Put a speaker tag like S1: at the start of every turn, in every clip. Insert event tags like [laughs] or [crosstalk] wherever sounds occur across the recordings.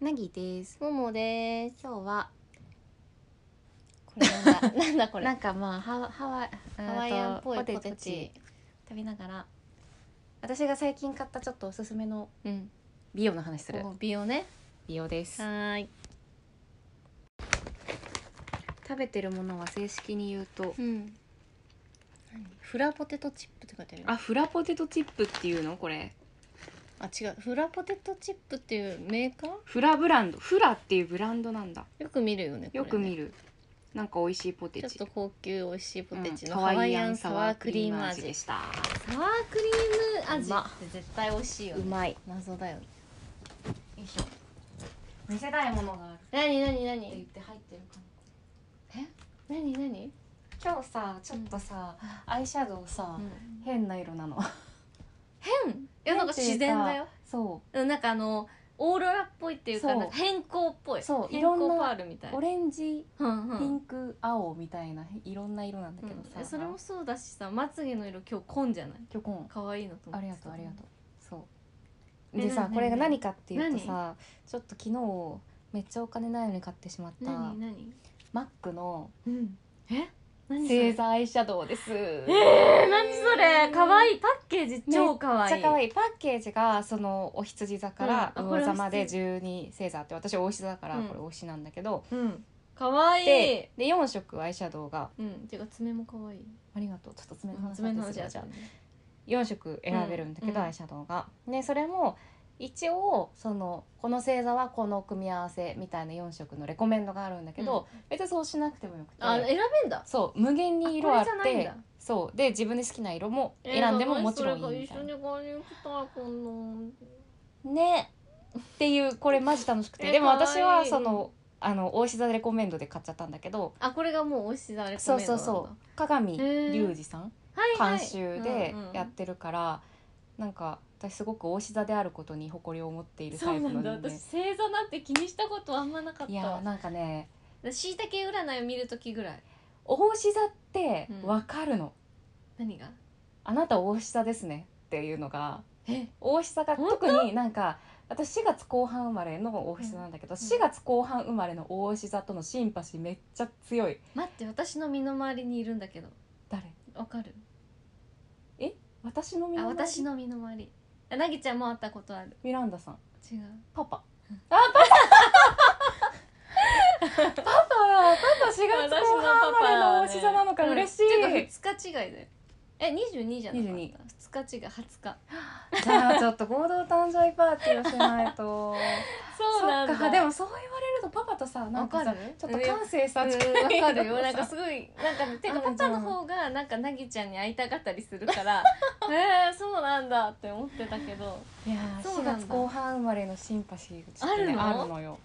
S1: なぎです
S2: ももです
S1: 今日は
S2: これなんだ [laughs] なんだこ
S1: な
S2: れ
S1: んかまあハワハワ
S2: ハワイアンっぽい
S1: ポテ
S2: ポ
S1: チ
S2: テチ
S1: 食べながら私が最近買ったちょっとおすすめの
S2: うん
S1: 美容の話する
S2: お美容ね
S1: 美容です
S2: ーい
S1: 食べてるものは正式に言うと
S2: うん何フラポテトチップって書いてあるよ
S1: あフラポテトチップっていうのこれ
S2: あ違うフラポテトチップっていうメーカー
S1: フラブランドフラっていうブランドなんだ
S2: よく見るよね
S1: よく見
S2: る
S1: る、なんか美味しいポテ
S2: ちょっ
S1: チ
S2: と高級美味しいポテチの
S1: うん
S2: ハワイアンサワークリーム味
S1: でした
S2: サワークリーム
S1: うま
S2: 味って絶対美味しいよ
S1: う
S2: ね
S1: まい
S2: 謎だよねよいしょ
S1: 見せたいものがあるって
S2: 何何
S1: 言っ
S2: 何
S1: て入ってるかも
S2: 何何
S1: 今日さちょっとさ、アイシャドウさ、
S2: うん
S1: 変な色なの [laughs]
S2: 変いやなんか自然だよ
S1: そ
S2: うんなんかあのオーロラっぽいっていうか
S1: そう
S2: なんか変更っぽい
S1: そう
S2: 変
S1: いろんな
S2: 更パールみたいうな
S1: オレンジ
S2: うんう
S1: ピン
S2: ん
S1: ク、青みたいないろんな色なんだけどさ、
S2: うんそれもそうだしさまつげの色今日紺じゃない
S1: 今日今
S2: 可愛いなと思
S1: あ
S2: って
S1: り
S2: た
S1: がとうありがとうそう
S2: え
S1: でさ
S2: 何
S1: これが何
S2: 何
S1: かっていうとさちょっと昨日めっちゃお金ないのに買ってしまった
S2: 何何
S1: マックの
S2: うんえ何それ
S1: 星座アイシャドウです
S2: えー、何それ可愛
S1: い
S2: いパッケージ超可
S1: めっち
S2: 愛
S1: ゃ
S2: い
S1: 可愛いパッケージがそのお羊座から
S2: うんあこれ
S1: 魚座まで
S2: お羊
S1: 12星座って私お牛座だから
S2: うん
S1: これお牛なんだけど、
S2: うん可愛い
S1: でで4色アイシャドウが
S2: うんていうか爪も可愛い
S1: ありがとうちょっと爪の話
S2: 爪の話
S1: だ
S2: や
S1: った
S2: じゃん
S1: 4色選べるんだけど、
S2: うん
S1: アイシャドウが。でそれも一応そのこの星座はこの組み合わせみたいな4色のレコメンドがあるんだけど、別にそうしなくてもよく
S2: あ
S1: て
S2: 選べんだ
S1: そう無限に色あっ
S2: あこれじゃないん
S1: て
S2: だ
S1: そうで自分で好きな色も選んでももちろんいいみ
S2: み
S1: た
S2: た
S1: い
S2: い
S1: な
S2: な。。一緒に買いに行きたいこんな
S1: ねっていうこれマジ楽しくて
S2: え
S1: でも私
S2: かわ
S1: はい
S2: い
S1: そのあの大石座レコメンドで買っちゃったんだけど
S2: あこれがもう美味しいだあれ
S1: そうそうそう鏡
S2: へー
S1: 隆二さん
S2: う
S1: 監修でやっ
S2: って
S1: るから、なんか私すごく大志座であることに誇りを持っている
S2: そ
S1: タ
S2: う
S1: イプ
S2: な
S1: の
S2: んだ
S1: 人
S2: 私
S1: で
S2: 星座なんて気にしたことあんまなかっ
S1: いやー
S2: た
S1: なんかね
S2: しいたけ占いを見るときぐらい
S1: 大志座って
S2: うん
S1: わかるの、
S2: 何が
S1: あなた大志座ですねっていうのが
S2: え
S1: 大志座が
S2: 本当
S1: 特になんか私4月後半生まれの大志座なんだけど、4月後半生まれの大志座とのシンパシーめっちゃ強い
S2: 待って私の身の回りにいるんだけど
S1: 誰
S2: わかる
S1: 私のミ
S2: あ
S1: ランダ
S2: 私の身の回りあなぎちゃんも会ったことある
S1: ミランダさん
S2: 違う
S1: パパあパパパパパパ4月後半生まれの大志座なのか嬉しい、
S2: 2日違いだよえ22じゃなかった2日違い20日
S1: じゃあちょっと合同誕生日パーティーをしないと
S2: そうなんだ
S1: っかでもそう言われるとパパとさなんか
S2: わ
S1: さ
S2: かる
S1: ちょっと感性さ
S2: うん
S1: 近い
S2: わかるよ
S1: の
S2: なん
S1: さ
S2: かすごいなん
S1: [laughs]
S2: かねてか
S1: ある
S2: パ
S1: じゃ
S2: パ
S1: ん
S2: の方がなんかなぎちゃんに会いたかったりするからえー、そうなんだって思ってたけど
S1: いやー
S2: そう
S1: 4
S2: なんだ
S1: 月後半生まれのシンパシーがちょっとね
S2: あるの
S1: あるのよ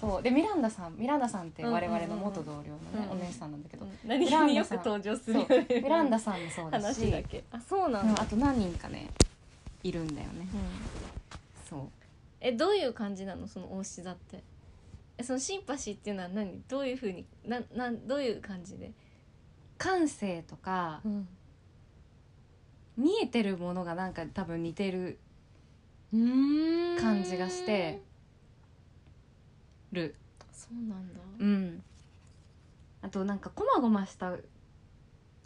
S1: そうでミランダさんミランダさんって我々の元同僚のね、
S2: うんうんうん
S1: お姉さんなんだけど、
S2: 何
S1: ミラ
S2: 気
S1: ン
S2: に
S1: ダ
S2: よ
S1: さ
S2: く
S1: ん
S2: 登場する
S1: そ
S2: よ
S1: う
S2: ね
S1: ミランダさんもそうだし
S2: 話だけあそうな
S1: うんん
S2: だ、
S1: あと何人かねいるんだよね
S2: うん
S1: そう
S2: えどういう感じなのその大志座ってえそのシンパシーっていうのは何どういうふうになんなんどういう感じで、
S1: 感性とか
S2: うん、
S1: 見えてるものがなんか多分似てる
S2: 感
S1: 感じがしてる
S2: そうなんだ、
S1: うんあとなんかこまごました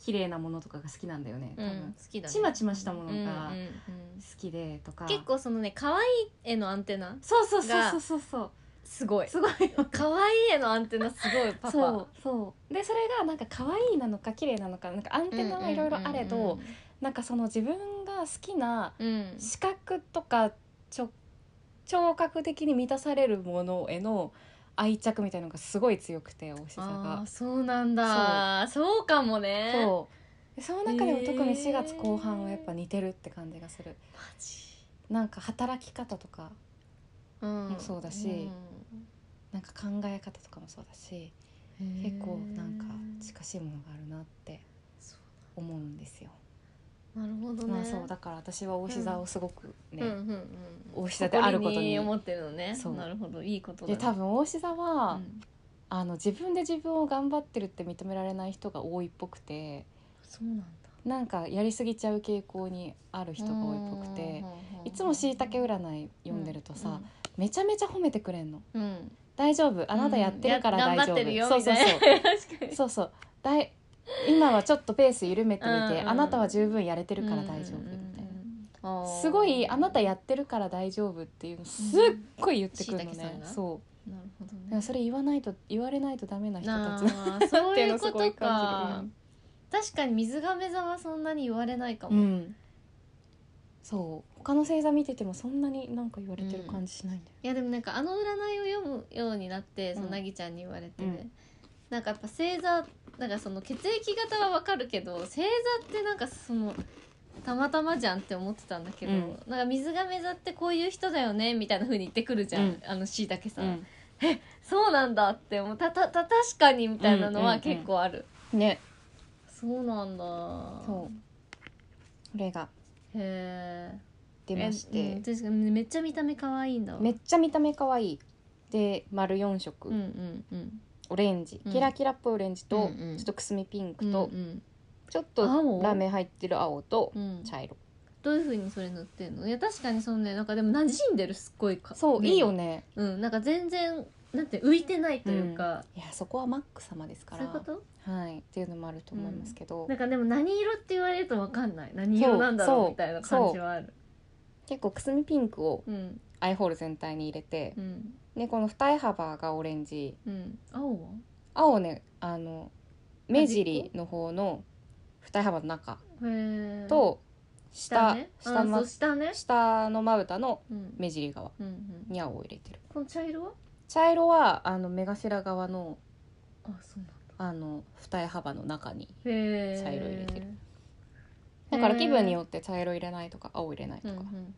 S1: 綺麗なものとかが好きなんだよね多
S2: う
S1: 分、
S2: ん、好きだね
S1: ちまちましたものが
S2: うんうんうん
S1: 好きでとか
S2: 結構そのね可愛い絵のアンテナ
S1: そうそうそうそうそうそう
S2: すごい
S1: すごいよ
S2: [laughs] 可愛い絵のアンテナすごいパパ
S1: そうそうでそれがなんか可愛いなのか綺麗なのかなんかアンテナはいろいろあれど、なんかその自分が好きな
S2: うんうんうん
S1: 視覚とかちょ聴覚的に満たされるものへの愛着みたいなのがすごい強くておし座
S2: あ
S1: が
S2: ー。そうなんだそうかもね
S1: そうでその中でも特に
S2: へー
S1: 4月後半はやっぱ似てるって感じがする、
S2: マジ
S1: なんか働き方とか
S2: うん
S1: もそうだしなんか考え方とかもそうだし
S2: うん
S1: 結構なんか
S2: へー
S1: 近しいものがあるなって
S2: そ
S1: 思うんですよ、
S2: うなるほどね
S1: まあそうだから私はおし座をすごくね、
S2: うんうんうん
S1: お膝であることに
S2: 誇り思ってるのね
S1: そう
S2: なるほどいいことだ
S1: で
S2: ね
S1: 多分おし座は、
S2: うん
S1: あの自分で自分を頑張ってるって認められない人が多いっぽくて
S2: そうなんだ
S1: なんかやりすぎちゃう傾向にある人が多いっぽくて
S2: うん
S1: いつもしいたけ占い読んでるとさ、
S2: うん
S1: めちゃめちゃ褒めてくれんの
S2: うん
S1: 大丈夫あなたやってるから
S2: うん
S1: 大
S2: や
S1: 丈夫、
S2: 頑張ってるよ
S1: そう
S2: み
S1: そう
S2: た
S1: そう
S2: いな確かに
S1: そうそうだい今はちょっとペース緩めてみて、
S2: うんうん
S1: あなたは十分やれてるから大丈夫みたいな、すごいあなた
S2: や
S1: やってるから大丈夫っていうのすっごい言ってくるの
S2: うん椎茸
S1: ね
S2: さん、が
S1: そ
S2: なるほ
S1: う
S2: ど
S1: だから
S2: ね
S1: それ言わないと言われないとダメな人た
S2: な
S1: ちだ
S2: あーそ
S1: [laughs] っ
S2: ういうこ
S1: ていうのをすご
S2: と
S1: い
S2: か、
S1: 感
S2: 確かに水亀座はそんなに言われないか
S1: う
S2: も、
S1: んそう他の星座見ててもそんなになんか言われてる感じしないんだよ、
S2: いやでもなんかあの占いを読むようになってその
S1: うん
S2: なぎちゃんに言われて、
S1: うん
S2: なんかやっぱ星座なんかその血液型はわかるけど星座ってなんかそのたまたまじゃんって思ってたんだけど、
S1: うん
S2: なんか水亀座ってこういう人だよねみたいな風に言ってくるじゃん、
S1: うん
S2: あのしいたけさん、
S1: うん
S2: そうなんだって思うたたた確かにみたいなの
S1: うん
S2: は
S1: うんうん
S2: 結構ある、
S1: ね
S2: そうなんだ
S1: そこれが
S2: うへえ
S1: 出まし
S2: えう
S1: て
S2: ん、確かにめっちゃ見た目可愛いんだわ
S1: めっちゃ見た目可愛いで丸4色、
S2: うんうんうん
S1: オレンジ
S2: うん
S1: キラキラっぽいオレンジと、
S2: うんうん
S1: ちょっとくすみピン
S2: う
S1: ク
S2: ん
S1: と、
S2: うん
S1: ちょっと
S2: 青
S1: ラメ入ってる青と
S2: うん
S1: 茶色、
S2: どういう風にそれ塗ってんのいや確かにそのねなんかでも馴染んでるすっごいか
S1: そういいよ
S2: ね
S1: ね
S2: うんなんか全然なんて浮いてないというか、
S1: いやそこはマック様ですから
S2: そういうこと
S1: はいっていうのもあると思いますけど、
S2: なんかでも何色って言われるとわかんない何色なんだ
S1: そう
S2: ろ
S1: そう
S2: うみたいな感じはある
S1: 結構くすみピンクを
S2: うん
S1: アイホール全体に入れて
S2: う、ん
S1: でこの二重幅がオレンジ
S2: うん青は
S1: 青ねあの目尻の方の二重幅の中
S2: へえ
S1: と下、
S2: ね
S1: 下
S2: あ
S1: ま
S2: そう下ね
S1: 下のまぶたの
S2: うん
S1: 目尻側
S2: うんうん
S1: に青を入れてる
S2: この茶色は
S1: 茶色はあの目頭側の
S2: あそうなんだ
S1: あの二重幅の中に
S2: へえ
S1: 茶色入れてるだから気分によって茶色入れないとか青入れないと
S2: うん
S1: か
S2: うん、うんうん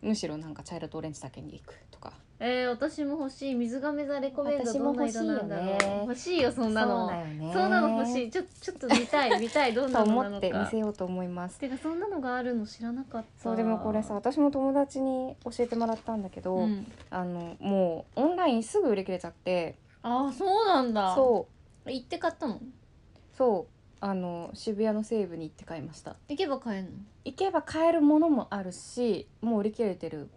S1: むしろなんか茶色とオレンジだけにいくとか
S2: えー、私も欲しい水亀座レコメンド
S1: 私
S2: ど
S1: も
S2: んな
S1: 欲しい
S2: 色
S1: よね
S2: なんだろう欲しいよそんなの
S1: よね
S2: そうなの欲しいちょちょっと見
S1: [laughs]
S2: たい見たいどん
S1: と
S2: なの
S1: 思
S2: な
S1: っ
S2: の
S1: て見
S2: か
S1: せようと思います
S2: てかそんなのがあるの知らなかった
S1: そうでもこれさ私も友達に教えてもらったんだけど、
S2: うん、
S1: あのもうオンラインすぐ売り切れちゃって
S2: ああそうなんだ
S1: そう
S2: う行って買ったの
S1: そうあの渋谷の西部に行って買いました
S2: 行けば買えるの
S1: 行けば買えるものもあるしもう売り切れてる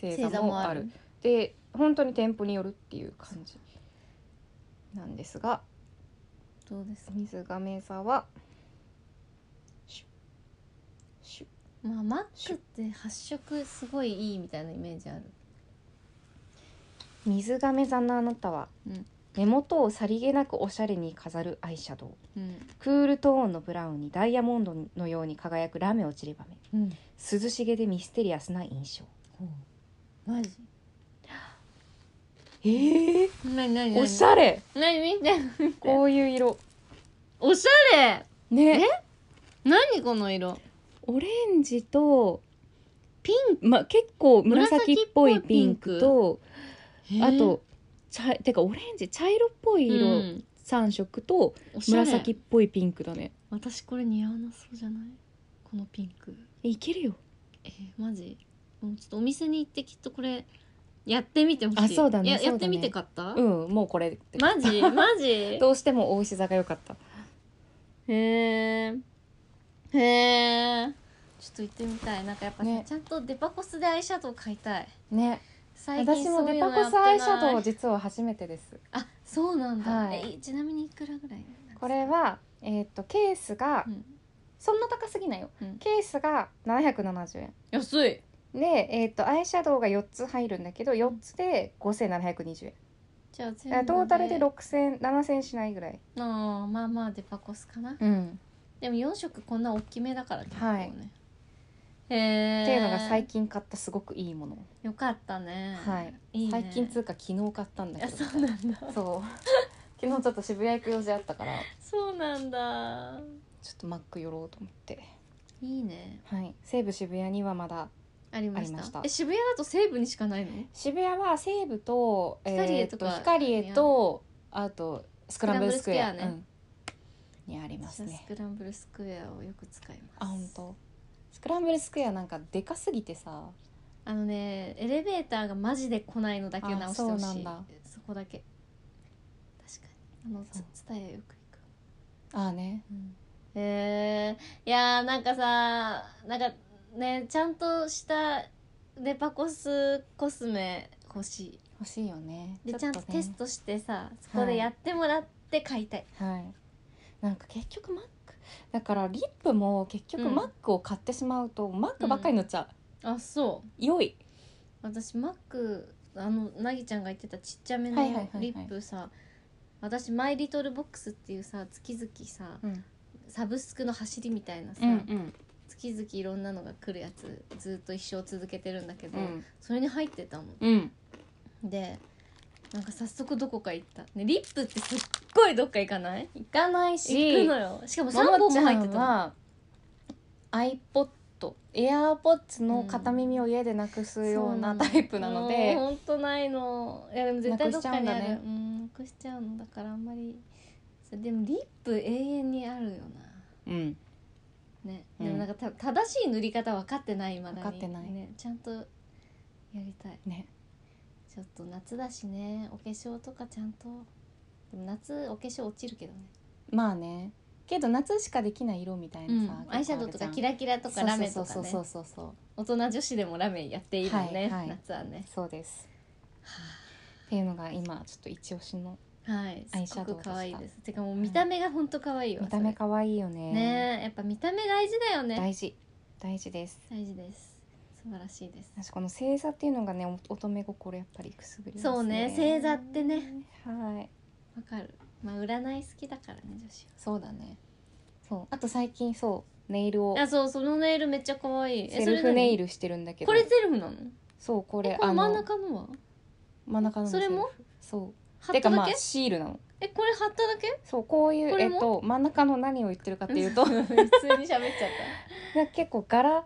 S1: 星座もあるで本当に店舗によるっていう感じなんですが
S2: どうです
S1: 水亀座はシュシュ
S2: まあマックって発色すごいいいみたいなイメージある
S1: 水亀座のあなたは、
S2: うん
S1: 目元をさりげなくおしゃれに飾るアイシャドウ
S2: うん、
S1: クールトーンのブラウンにダイヤモンドのように輝くラメを散りばめ
S2: うん、
S1: 涼しげでミステリアスな印象
S2: マジ
S1: ええ
S2: なになに
S1: おしゃれ
S2: なに見て見て
S1: こういう色
S2: おしゃれ
S1: ね
S2: 何この色
S1: オレンジと
S2: ピン
S1: まあ結構紫っぽい
S2: 紫っぽいピ
S1: ピン
S2: ンク
S1: クと
S2: ク
S1: あと茶てかオレンジ茶色っぽい
S2: うん
S1: 色3色と
S2: おしゃれ
S1: 紫っぽいピンクだね
S2: 私これ似合わなそうじゃないこのピンク
S1: いけるよ
S2: えー、マジもうちょっとお店に行ってきっとこれやってみてほしい
S1: あそうだね
S2: や
S1: そうだね
S2: やってみて買った、
S1: うんもうこれって [laughs]
S2: マジマジ
S1: どうしても大石座が良かった
S2: へえへえちょっと行ってみたいなんかやっぱさ、
S1: ね
S2: ちゃんとデパコスでアイシャドウ買いたい
S1: ね
S2: 最近
S1: 私も
S2: そうい
S1: デ
S2: うの
S1: パ
S2: や
S1: コ
S2: って
S1: ス
S2: ない
S1: アイシャドウ実は初めてです
S2: あそうなんだ、
S1: はい
S2: えちなみにいくらぐらいなんですか
S1: これはえーっとケースが
S2: うん
S1: そんな高すぎないよ
S2: うん
S1: ケースが770円
S2: 安い
S1: でえーっとアイシャドウが4つ入るんだけど4つで5720円
S2: じゃあ
S1: だ
S2: 全
S1: から
S2: 部
S1: トータルで6000 7000しないぐらい
S2: あーまあまあデパコスかな
S1: うん
S2: でも4色こんな大きめだから結構ね、
S1: はい
S2: へえ
S1: っていうのが最近買ったすごくいいもの、
S2: よかったね
S1: はい
S2: いいね
S1: 最近つうか昨日買ったんだ
S2: あ
S1: けど
S2: そうなんだ
S1: そう昨日ちょっと渋谷行く用事あったから
S2: そうなんだ
S1: ちょっとマック寄ろうと思って
S2: いいね
S1: はい西武渋谷にはまだ
S2: ありました
S1: ありました
S2: え渋谷だと西武にしかないの
S1: 渋谷は西武と
S2: 光栄
S1: ーっ
S2: とか
S1: 光栄とあとスクランブルスクエア
S2: スクランブ
S1: う
S2: ル
S1: んにあります
S2: 私はス
S1: ね
S2: クランブルスクエアをよく使います
S1: あ本当スクランブルスクエアなんかでかすぎてさ
S2: あのねエレベーターがマジで来ないのだけ直してほしい
S1: あそ
S2: そ
S1: うなんだ
S2: こだけ確かにあの
S1: そう
S2: つ伝えよく行く
S1: ああね
S2: へえいやーなんかさなんかねちゃんとしたデパコスコスメ欲し
S1: 欲しいよね
S2: いでち
S1: ょ
S2: ゃ
S1: っ
S2: んと
S1: ね
S2: テストしてさそこでやってもらって買いたい、
S1: はいなんか結局マックだからリップも結局
S2: うん
S1: マックを買ってしまうと、マックばっかり塗っちゃう、
S2: あそう
S1: 良い
S2: 私マックあのなぎちゃんが言ってたちっちゃめ
S1: はいはいは
S2: の
S1: いはい
S2: リップさ、私マイリトルボックスっていうさ月々さ
S1: うん
S2: サブスクの走りみたいなさ、
S1: うん
S2: 月々いろんなのが来るやつずっと一生続けてるんだけど、
S1: うん
S2: それに入ってたの
S1: うん
S2: でなんか早速どこか行った、ね、リップってすっごいどっか行かない
S1: 行かない
S2: 行く
S1: し
S2: のよしかも3
S1: も
S2: 本
S1: も
S2: も
S1: ちゃ
S2: 入って
S1: ん
S2: たの
S1: は iPod エアーポッツの片耳を家でなくすようなタイプな [laughs] ので、
S2: 本当ないのいやでも絶対どっかにあ
S1: なくしち
S2: る
S1: ゃうんだね
S2: うんなくしちゃうのだからあんまりそうでもリップ永遠にあるよ
S1: うん、
S2: なね、
S1: うん
S2: でもなんかた正しい塗り方分かってないまだ
S1: 分
S2: に
S1: かってない
S2: ね、ちゃんとやりたい
S1: ね
S2: ちょっと夏だしねお化粧とかちゃんとでも夏お化粧落ちるけどね、
S1: まあねけど夏しかできない色みたいなさ、
S2: アイシャドウとかキ
S1: い
S2: ラキラとかラメとか
S1: そう
S2: ね
S1: そうそうそうそう
S2: 大人女子でもラメやっていいもんね、
S1: はいはい
S2: 夏はね
S1: そうですっていうのが今ちょっと一押しの
S2: はい
S1: アイシ
S2: す
S1: ャ
S2: っ
S1: ド
S2: ご
S1: ウで
S2: く
S1: した
S2: 可愛いですてかもう見た目が本当可愛いわ
S1: 見た目
S2: そ
S1: 可愛いよね
S2: れねえやっぱ見た目大事だよね
S1: 大事大事です
S2: 大事です素晴らしいです
S1: 私この星座っていうのがねお乙女心やっぱりくすぐりますね
S2: そうね星座ってね
S1: はい
S2: わかるまあ占い好きだからね女子
S1: そうだねそうあと最近そうネイルを
S2: はあそうそのネイルめっちゃ可愛いえ
S1: セルフネイ
S2: ル
S1: ルしてるんだけど
S2: これセルフなの
S1: そうこ
S2: え
S1: れ
S2: この真ん
S1: の
S2: 中のは
S1: 真ん中の
S2: それも
S1: セルフそ
S2: 貼
S1: う
S2: ってた
S1: かま
S2: だ
S1: あ
S2: け
S1: シールなの
S2: えこれ貼っただけ
S1: そうこうい
S2: こ
S1: う
S2: れ
S1: えっ
S2: も
S1: と真ん中の何を言ってるかっていうと
S2: 普通に喋っちゃっ
S1: なんか [laughs] 結構柄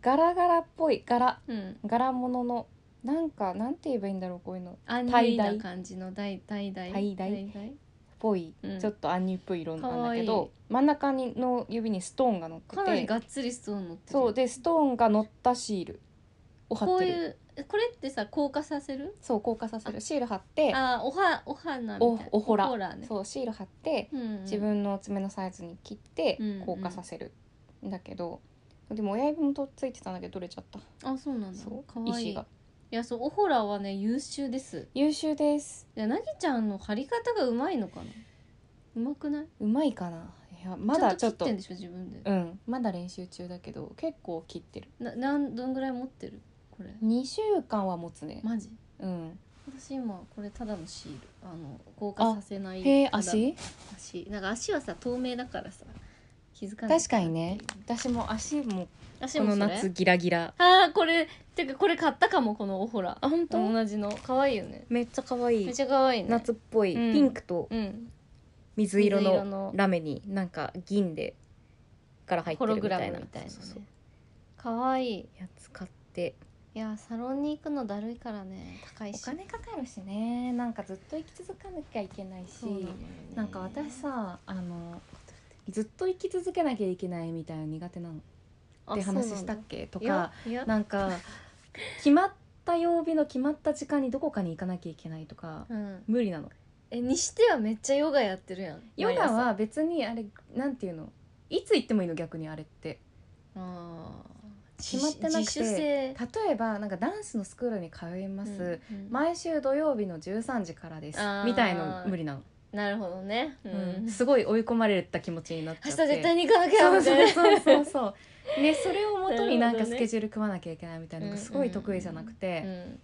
S1: 柄柄っぽい柄
S2: た [laughs] うん
S1: 柄物のなんかなんて言えばいいんだろうこういうのっ
S2: アンニ
S1: タイダイ
S2: ーな感じの大大大
S1: タイダイぽい、
S2: うん
S1: ちょっとアンニュっぽい色なんだけ
S2: かわい
S1: ど真ん中にの指にストーンが乗って
S2: かなり
S1: て
S2: がっつりストーン乗ってる
S1: そうでストーンが乗ったシールを貼
S2: こ
S1: っ
S2: う
S1: て
S2: い
S1: る
S2: うえこれってさ硬化させる
S1: そう硬化させるシール貼って
S2: あーおはお花みたいな
S1: おおほら
S2: ね
S1: そうシール貼って、
S2: うんうん
S1: 自分の爪のサイズに切って
S2: うんうん
S1: 硬化させるんだけど、でも親指もとっついてたんだけど取れちゃった、
S2: あそうなんだ
S1: そ
S2: か
S1: う
S2: わい
S1: 石
S2: いい
S1: が
S2: やそうおほらはね優秀です
S1: 優秀です
S2: いやなぎちゃんの貼り方がうまいのかなうまくないう
S1: まいかないやまだちょっと
S2: ゃん切ってんでしょ自分で
S1: うんまだ練習中だけど結構切ってる
S2: ななんどんぐらい持ってるこれ
S1: 2週間は持つね、
S2: マジ
S1: うん
S2: 私今これただのシールあの硬化させない
S1: へえ
S2: ただ
S1: 足
S2: 足なんか足はさ透明だからさ気づかない
S1: 確かにね私も足も
S2: 足
S1: こ
S2: も
S1: の
S2: それ
S1: 夏ギラギラ
S2: あーこれてかこれ買ったかもこのおほら
S1: あ本当
S2: 同じの可愛いよね
S1: めっちゃ可愛い
S2: めっちゃ可愛いね
S1: 夏っぽい、
S2: うん
S1: ピンクと
S2: うん
S1: 水色
S2: 水色
S1: の
S2: の
S1: ラメになんか銀でから入って
S2: ホ
S1: る
S2: ロ
S1: み
S2: グラ
S1: たい
S2: ム
S1: な
S2: みたいなね
S1: そうそうそう
S2: 可愛いい
S1: やつ買って
S2: いやサロンに行くのだるいからね高い
S1: お
S2: し
S1: 金かかるしねなんかずっと生き続かなきゃいけないし
S2: そうなのよね
S1: なんか私さあのずっと生き続けなきゃいけないみたいな苦手なの
S2: あ
S1: って話
S2: そう
S1: し
S2: な
S1: た
S2: ん
S1: っ
S2: だ
S1: けと
S2: いや
S1: か
S2: いや
S1: なんか決まった曜日の決まった時間にどこかに行かなきゃいけないとか
S2: うん
S1: 無理なの
S2: えにしてはめっちゃヨガやってるやん
S1: ヨガ
S2: 毎朝
S1: は別にあれなんていうのいつ行ってもいいの逆にあれって
S2: あー
S1: 決まってなくて
S2: 自主性
S1: 例えばなんかダンスのスクールに通います、
S2: うんうん
S1: 毎週土曜日の13時からです
S2: あー
S1: みたいの無理なの、
S2: なるほどねう
S1: うん
S2: ん
S1: すごい追い込まれた気持ちになっちゃ
S2: 明
S1: っ
S2: 日
S1: て
S2: 絶対に行かなきゃ
S1: そう
S2: みたい
S1: そうそう
S2: な
S1: そうそうでそれをもとになん
S2: なる
S1: か
S2: ほど
S1: ス
S2: ね
S1: ケジュール組まなきゃいけないみたいなのがすごい得意じゃなくて、
S2: うん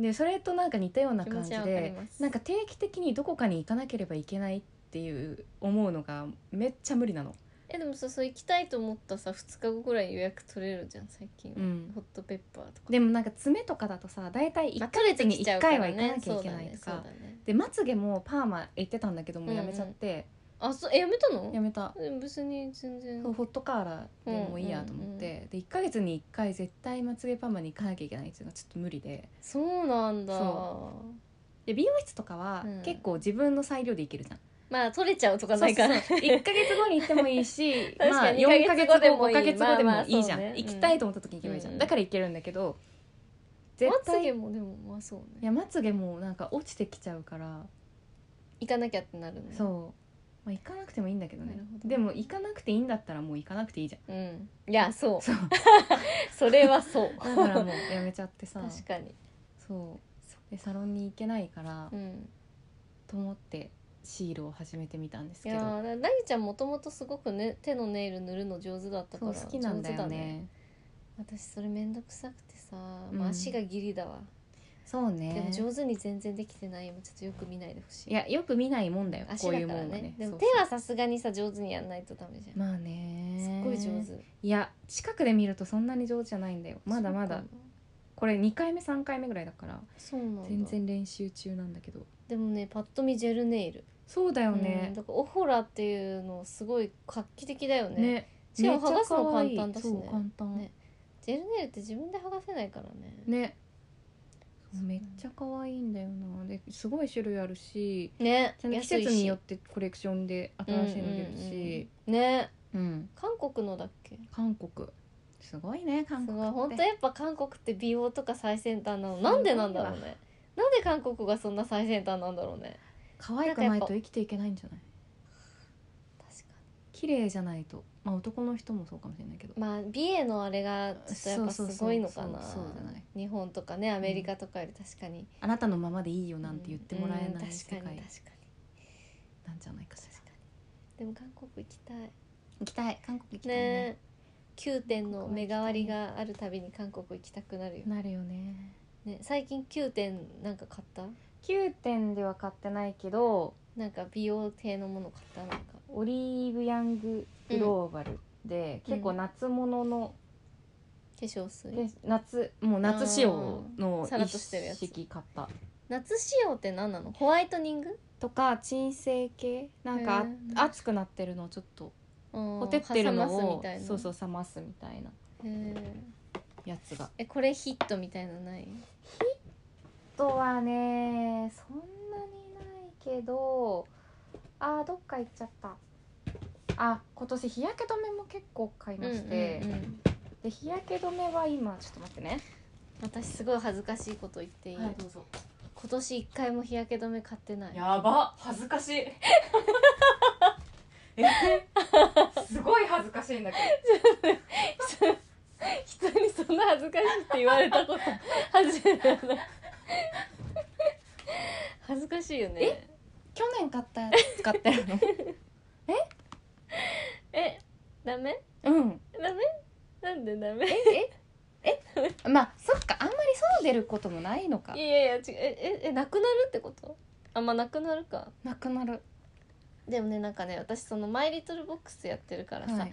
S1: でそれとなんか似たような感じ
S2: 気持ちはわかり
S1: で
S2: ます
S1: なんか定期的にどこかに行かなければいけないっていう思うのがめっちゃ無理なの。
S2: えでもさそう行きたいと思ったさ2日後ぐらい予約取れるじゃん最近、
S1: うん
S2: ホットペッパーとか
S1: でもなんか爪とかだとさ大体1
S2: まあ
S1: ヶ月に1回は行かなきゃ
S2: そ
S1: いうけ
S2: だ
S1: な
S2: ね
S1: いと
S2: そう
S1: か
S2: だね
S1: でまつげもパーマ行ってたんだけどもやめちゃって
S2: あそうえやめたの
S1: やめた
S2: でも別に全然
S1: そうホットカーラーでもういいやと思っ
S2: うん
S1: てで1ヶ月に1回絶対まつげパーマに行かなきゃいけないっていうのはちょっと無理で
S2: そうなんだ
S1: で美容室とかは
S2: うん
S1: 結構自分の裁量で行けるじゃん
S2: まあ取れちゃうとか
S1: そ
S2: な
S1: う
S2: い
S1: そ
S2: か
S1: う
S2: ら
S1: 1ヶ月後に行ってもいいし
S2: [laughs] 確
S1: まあ
S2: かに
S1: 4ヶ月後5
S2: 二ヶ月後でもいい
S1: ヶ月後で
S2: ま
S1: も
S2: あまあ
S1: いいじゃん
S2: そうね
S1: 行きたいと思った時に行けばいいじゃ
S2: うんん
S1: だから行けるんだけど絶
S2: まつ
S1: 対
S2: げ
S1: い
S2: もでもまあそうね
S1: やまつげもなんか落ちてきちゃうから
S2: 行かなきゃってなるね
S1: そうまあ、行かなくてもいいんだけどね
S2: なるほど
S1: でも行かなくていいんだったらもう行かなくていいじゃ
S2: うんいやそうん
S1: そう
S2: [laughs] それは
S1: [laughs]
S2: そう
S1: だからもうやめちゃってさ
S2: 確かに
S1: そうでサロンに行けないから、
S2: うん
S1: と思ってシールを始めてみたんです
S2: い
S1: けど
S2: やーだなぎちゃんもともとすごくね手のネイル塗るの上手だったか
S1: そう
S2: ら
S1: 好きなんだ
S2: 上
S1: よ
S2: 手
S1: ね
S2: 私それめんどくさくてさ、
S1: うん
S2: まあ、足がギリだわ、
S1: そう
S2: でも
S1: ね
S2: 上手に全然できてない今ちょっとよく見ないでほしい
S1: いやよく見ないもんだよこ
S2: 足
S1: う
S2: だ
S1: い
S2: か
S1: うも
S2: ら
S1: んは
S2: ね
S1: ね
S2: でも
S1: そう
S2: 手
S1: そう
S2: はさすがにさ上手にやんないとダメじゃん、
S1: まあね
S2: すっごい上手
S1: いや近くで見るとそんなに上手じゃないんだよまだまだこれ2回目3回目ぐらいだから
S2: そうなんだ
S1: 全然練習中なんだけど
S2: でもねパッと見ジェルネイル、
S1: そうだよ
S2: うん
S1: ね
S2: だからオホラっていうのすごい画期的だよね
S1: ね
S2: しかも剥がすの
S1: 可愛い
S2: 簡単だしね
S1: そう簡単
S2: ねジェルネイルって自分で剥がせないからね
S1: ねめっちゃ可愛いんだよなですごい種類あるし
S2: ね
S1: ちゃんと季節によってコレクションで新しいの出るし、
S2: うんうんうんね
S1: うん
S2: 韓国のだっけ
S1: 韓国すごいね韓
S2: す
S1: 国
S2: ごい本当
S1: って
S2: やっぱ韓国って美容とか最先端なのなんでなんだろうねなんで韓国がそんな最先端なんだろうね
S1: 可愛くないと生きていけないんじゃない
S2: 確か
S1: 綺麗じゃないとまあ男の人もそうかもしれないけど
S2: にまあ美瑛のあれがちょっとやっぱす
S1: そうそうそう
S2: ごいのかな
S1: そうそうじゃない
S2: 日本とかねアメリカとかより確かに、
S1: あなたのままでいいよなんて言ってもらえ
S2: うん
S1: な
S2: うん
S1: い世
S2: 確かに
S1: 界
S2: 確かに
S1: なんじゃないかしら
S2: 確かにでも韓国行きたいね
S1: 行きたい韓国行きたいね
S2: え9点の目変わりがあるたびに韓国行きたくなるよ、
S1: なるよね
S2: ね、最近9点なんか買った
S1: 9点では買ってないけど
S2: なんか美容系のもの買ったなんか
S1: オリーブヤンググローバルで、
S2: うん
S1: 結構夏物の、
S2: 化粧水
S1: で夏もう夏仕様
S2: あー
S1: の
S2: さらっとしてるや
S1: 一
S2: つ
S1: 式買った
S2: 夏仕様って何なのホワイトニング
S1: とか鎮静系なん
S2: へ
S1: か
S2: ー
S1: あ暑くなってるのをちょっと
S2: ほ
S1: ほてってるのをそうそうう冷ますみたいなやつが
S2: えこれヒットみたいなのない
S1: あとはねそんなにないけどあーどっか行っちゃったあ今年日焼け止めも結構買いまして、
S2: うんうんうん
S1: で日焼け止めは今ちょっと待ってね
S2: 私すごい恥ずかしいこと言っていい、
S1: どうぞ
S2: 今年一回も日焼け止め買ってない
S1: やば恥ずか [laughs] しいえすごい恥ずかしいんだけ
S2: 人にそんな恥ずかしいって言われたこと初めてだな恥ずかしいよね
S1: ど去年買ったやつ使ってる
S2: [laughs]
S1: の
S2: えダメ
S1: うん
S2: ダメなんでダメい
S1: まあそっかあんまりそう出ることもないのか
S2: やいやいや違うえええなくなるってことあまあなくなるか
S1: なくなる
S2: でもねなんかね私そのマイリトルボックスやってるからさ、
S1: はい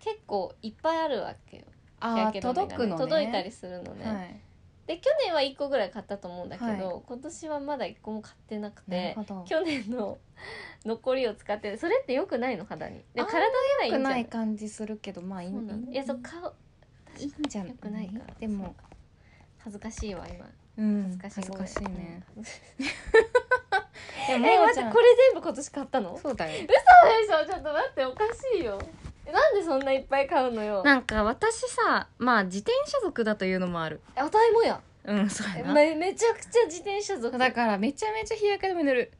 S2: 結構いっぱいあるわけよ日
S1: あ
S2: 焼
S1: ー
S2: け止めがね
S1: 届くのね
S2: 届いたりするのね、
S1: はい
S2: で去年は1個ぐらい買ったと思うんだけど、
S1: は
S2: 今年はまだ1個も買ってなく
S1: なる
S2: て
S1: ほど
S2: 去年の [laughs] 残りを使ってるそれってよくないの肌にで
S1: あんま
S2: 体にはいいんじ
S1: 良
S2: ゃ
S1: く
S2: な
S1: ないい感じするけどまあいい
S2: そうなのいやそう顔
S1: いいんじゃない
S2: よくないから
S1: でも
S2: 恥ずかしいわ今
S1: うん
S2: 恥ずかしい
S1: 恥ずかしいね、
S2: ごめん
S1: でも
S2: え
S1: もも
S2: 待
S1: ち
S2: っ
S1: ゃ
S2: て
S1: ん
S2: これ全部今年買ったの
S1: そうだよ
S2: 嘘でしょちょっと待っておかしいよえなんでそんないっぱい買うのよ
S1: なんか私さまあ自転車族だというのもある
S2: えあたいもや
S1: うんそうや
S2: え
S1: な、
S2: めめちゃくちゃ自転車族
S1: だからめちゃめちゃ日焼け止め塗る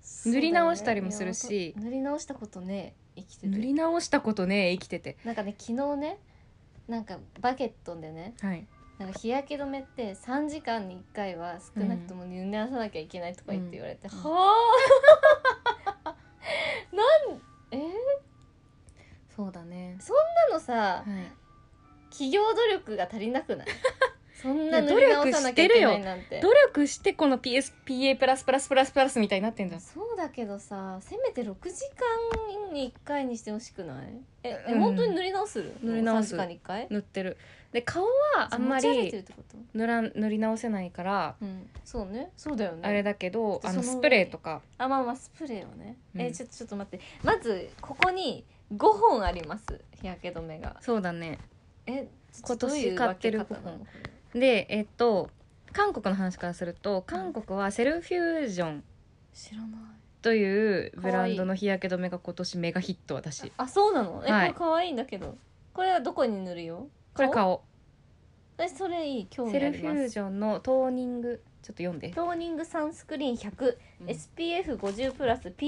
S2: そうだ
S1: 塗
S2: よね
S1: り直したりもするし
S2: いや塗り直したことね生きて
S1: 塗
S2: る
S1: り直したことね生きてて
S2: なんかね昨日ねなんかバケットでね
S1: はい
S2: なんか日焼け止めって3時間に1回は少なくとも塗り直さなきゃいけないとか言って言われて、
S1: うん
S2: はあなんえー、
S1: そうだね
S2: そんなのさ
S1: はい
S2: 企業努力が足りな
S1: [laughs]
S2: くないそんない
S1: や
S2: 塗り直さなきゃいけないなんて
S1: 努力してこの PSPA プラスプラスプラスプラスみたいになってんじゃん
S2: そうだけどさせめて6時間に1回にしてほしくないえ、え
S1: うん
S2: 本当に塗り直する
S1: 塗り直す
S2: 3時間に1回
S1: 塗ってるで顔はあんま
S2: 持ち上げてるっ
S1: り
S2: てこと
S1: 塗らん塗り直せないから、
S2: うんそうねそうだよね
S1: あれだけど
S2: ちょっと
S1: あの
S2: その
S1: スプレーとか
S2: あまあまあスプレーをね、
S1: うん
S2: えちょっとちょっと待ってまずここに5本あります日焼け止めが
S1: そうだね
S2: え
S1: 今年買ってる
S2: どういう分け方なの
S1: 五でえっと韓国の話からすると韓国はセルフュージョン
S2: 知らない
S1: というブランドの日焼け止めが今年メガヒット私
S2: あそうなのえ、
S1: はい
S2: これ可愛いんだけどこれはどこに塗るよ
S1: これ顔
S2: えそれいい興味
S1: セ
S2: あ
S1: ル
S2: り
S1: フ
S2: ま
S1: ュー
S2: す
S1: ジョンのトーニングちょっと読んで、
S2: トーニングサンスクリーン 100SPF50 プラスプ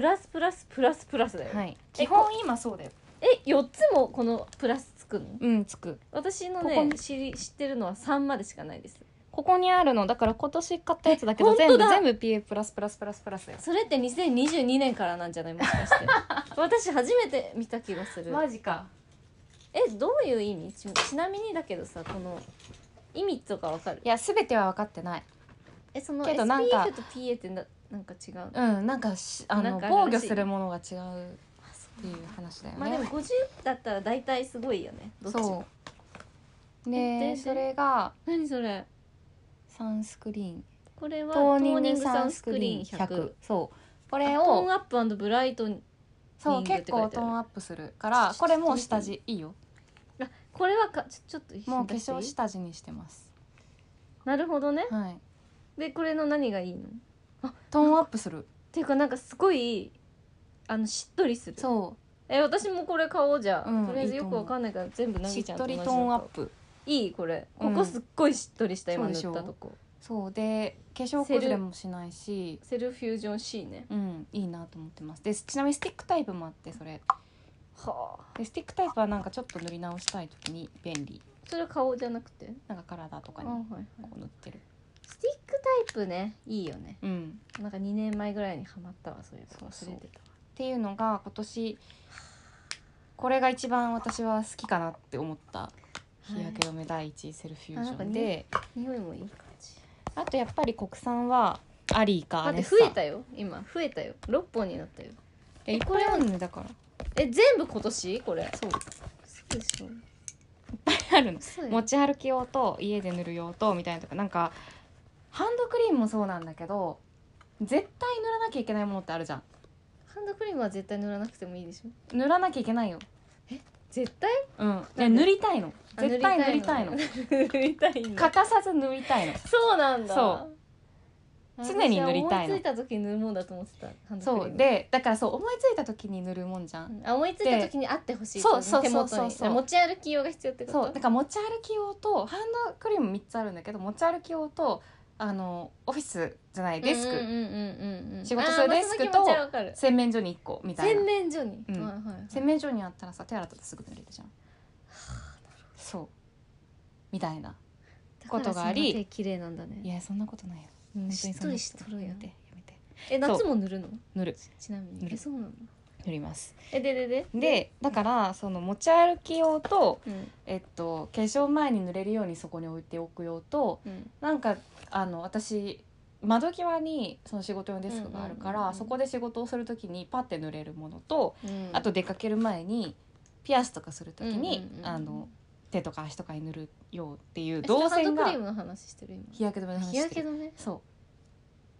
S2: ラスプラスプラスプラスだよ、
S1: はい基本今そうだよ
S2: え四つもこのプラスつくの
S1: うんつく
S2: 私の
S1: ここ
S2: ね
S1: に
S2: 知り知ってるのは3までしかないです
S1: ここにあるのだから今年買ったやつだけど
S2: え
S1: 全
S2: 本
S1: 部
S2: 当だ
S1: 全部 PA プラスプラスプラスプラスだよ
S2: それって2022年からなんじゃないもしかして [laughs] 私初めて見た気がする
S1: ジか
S2: えどういう意味ちちなみにだけどさこの意味とかわかる
S1: いや全ては分かってない
S2: えその
S1: けどなんか
S2: SPF と PA ってななんか違う
S1: うんなんかしあ
S2: なん
S1: の
S2: かあるらし
S1: 防御
S2: い
S1: するものが違うっていう話だよね、
S2: まあでも50だったら大体すごいよねどっちも
S1: そう
S2: え
S1: で
S2: で
S1: それが
S2: 何それ
S1: サンスクリーン
S2: これは
S1: ト
S2: ト
S1: ー
S2: ー
S1: ニ
S2: ニ
S1: ン
S2: ン
S1: グ
S2: グ
S1: サ
S2: サ
S1: ン
S2: ン
S1: ス
S2: ス
S1: ク
S2: ク
S1: リ
S2: リ
S1: ー
S2: ー
S1: ン
S2: ン
S1: 100,
S2: 100,
S1: そうこ
S2: こ
S1: れ
S2: トーン
S1: を
S2: アップブライトニング
S1: そう
S2: ニングっ
S1: 結
S2: て書いて
S1: 構ト
S2: ある
S1: ーンアップするからこれもう下地いいよ
S2: あこれはかちょちょっと一
S1: も
S2: 緒
S1: う
S2: に
S1: 化
S2: 出していい
S1: 粧下地にしてます
S2: なるほどね
S1: はい
S2: でこれの何がいいのっ
S1: トーンアップする
S2: ていうかなんかすごいあのしっとりする
S1: そ
S2: え私もこれ買おうじゃ、
S1: うん
S2: ん、とりあえずよ
S1: いい
S2: く
S1: と思う
S2: わかんないから全部
S1: う
S2: な
S1: し
S2: ぎ
S1: っ
S2: ちゃん
S1: と
S2: と同じ
S1: り
S2: の
S1: トーンアップ
S2: いいこれ
S1: う
S2: こ
S1: ん
S2: こすっごいしっとりした今
S1: そう
S2: 塗
S1: でしょ
S2: ったとこ
S1: そうで化粧崩れもしないし
S2: セルフュージョン C ね
S1: うんいいなと思ってますでちなみにスティックタイプもあってそれ
S2: はあ
S1: でスティックタイプはなんかちょっと塗り直したい時に便利
S2: それは顔じゃなくて
S1: なんか体とか
S2: あ
S1: に
S2: はい
S1: こ
S2: はい、
S1: う塗ってる
S2: スティックタイプねいいよね
S1: うん
S2: なんか2年前ぐらいにハマったわそういう
S1: そうそう
S2: 忘れてた
S1: っていうのが今年これが一番私は好きかなって思った
S2: い
S1: 日焼け止め第一位セルフュージ
S2: あなん
S1: ョ
S2: か
S1: ン
S2: ね
S1: で
S2: 匂いもいい感じ
S1: あとやっぱり国産はアリーかア
S2: 待
S1: ネッ
S2: って
S1: サ
S2: 増えたよ今増えたよ6本になったよ
S1: いやいっぱいあるのよだから [laughs]
S2: え全部今年これ
S1: そう
S2: そうでしょ
S1: あるの
S2: そう
S1: 持ち歩き用と家で塗る用とみたいなとかなんかハンドクリームもそうなんだけど絶対塗らなきゃいけないものってあるじゃん
S2: ハンドクリームは絶対塗らなくてもいいでしょ
S1: 塗らなきゃいけないよ
S2: 絶対
S1: うんで
S2: なんで
S1: 塗りたいの
S2: あ
S1: 絶対塗りたいの
S2: 塗りたいの
S1: 欠かさず塗りたいの
S2: そうなんだ
S1: そ常に塗りたいの
S2: 私は思いついた時に塗るもんだと思ってたハンドクリ
S1: そ
S2: ーム
S1: うでだからそう思いついた時に塗るもんじゃん
S2: うんあ思いついた時にあってほしい
S1: そうそう
S2: 手元に
S1: そうそうそう
S2: 持ち歩き用が必要ってこと
S1: そうだから持ち歩き用とハンドクリーム3つあるんだけど持ち歩き用とあのオフィスじゃないデスク、
S2: うんうんうんうんうん
S1: 仕事するデスクと
S2: あーまあその気持ちはわかる
S1: 洗面所に1個みたいな
S2: 洗面所に、
S1: うん
S2: はいはいはい
S1: 洗面所にあったらさ手洗ったらすぐ塗れるじゃんそうみたいなことがあり
S2: だからそんな手綺麗なんだ
S1: い
S2: ね
S1: やそんなことないよ
S2: うん
S1: 本当
S2: し
S1: に
S2: っ
S1: そん
S2: と
S1: な
S2: り
S1: こ
S2: しと
S1: ない
S2: るや
S1: や
S2: ん
S1: めてやめて
S2: え
S1: そう
S2: 夏も塗るの
S1: 塗る
S2: ちなみ
S1: 塗
S2: に
S1: る
S2: えそうなの
S1: 塗ります
S2: えででで
S1: でだからその持ち歩き用と、
S2: うん
S1: えっと、化粧前に塗れるようにそこに置いておく用と
S2: うん
S1: なんかあの私窓際にその仕事用のデスクがあるから、
S2: うんうんうんうん
S1: そこで仕事をするときにパッて塗れるものと、
S2: うん
S1: あと出かける前にピアスとかするときに、
S2: うんうんうん
S1: あの手とか足とかに塗るようっていう
S2: え
S1: 動
S2: それハ
S1: 線
S2: ンドクリー
S1: が
S2: ムの話してる
S1: 日焼け止めの話
S2: 今日
S1: して
S2: 焼け
S1: る
S2: 止め
S1: そう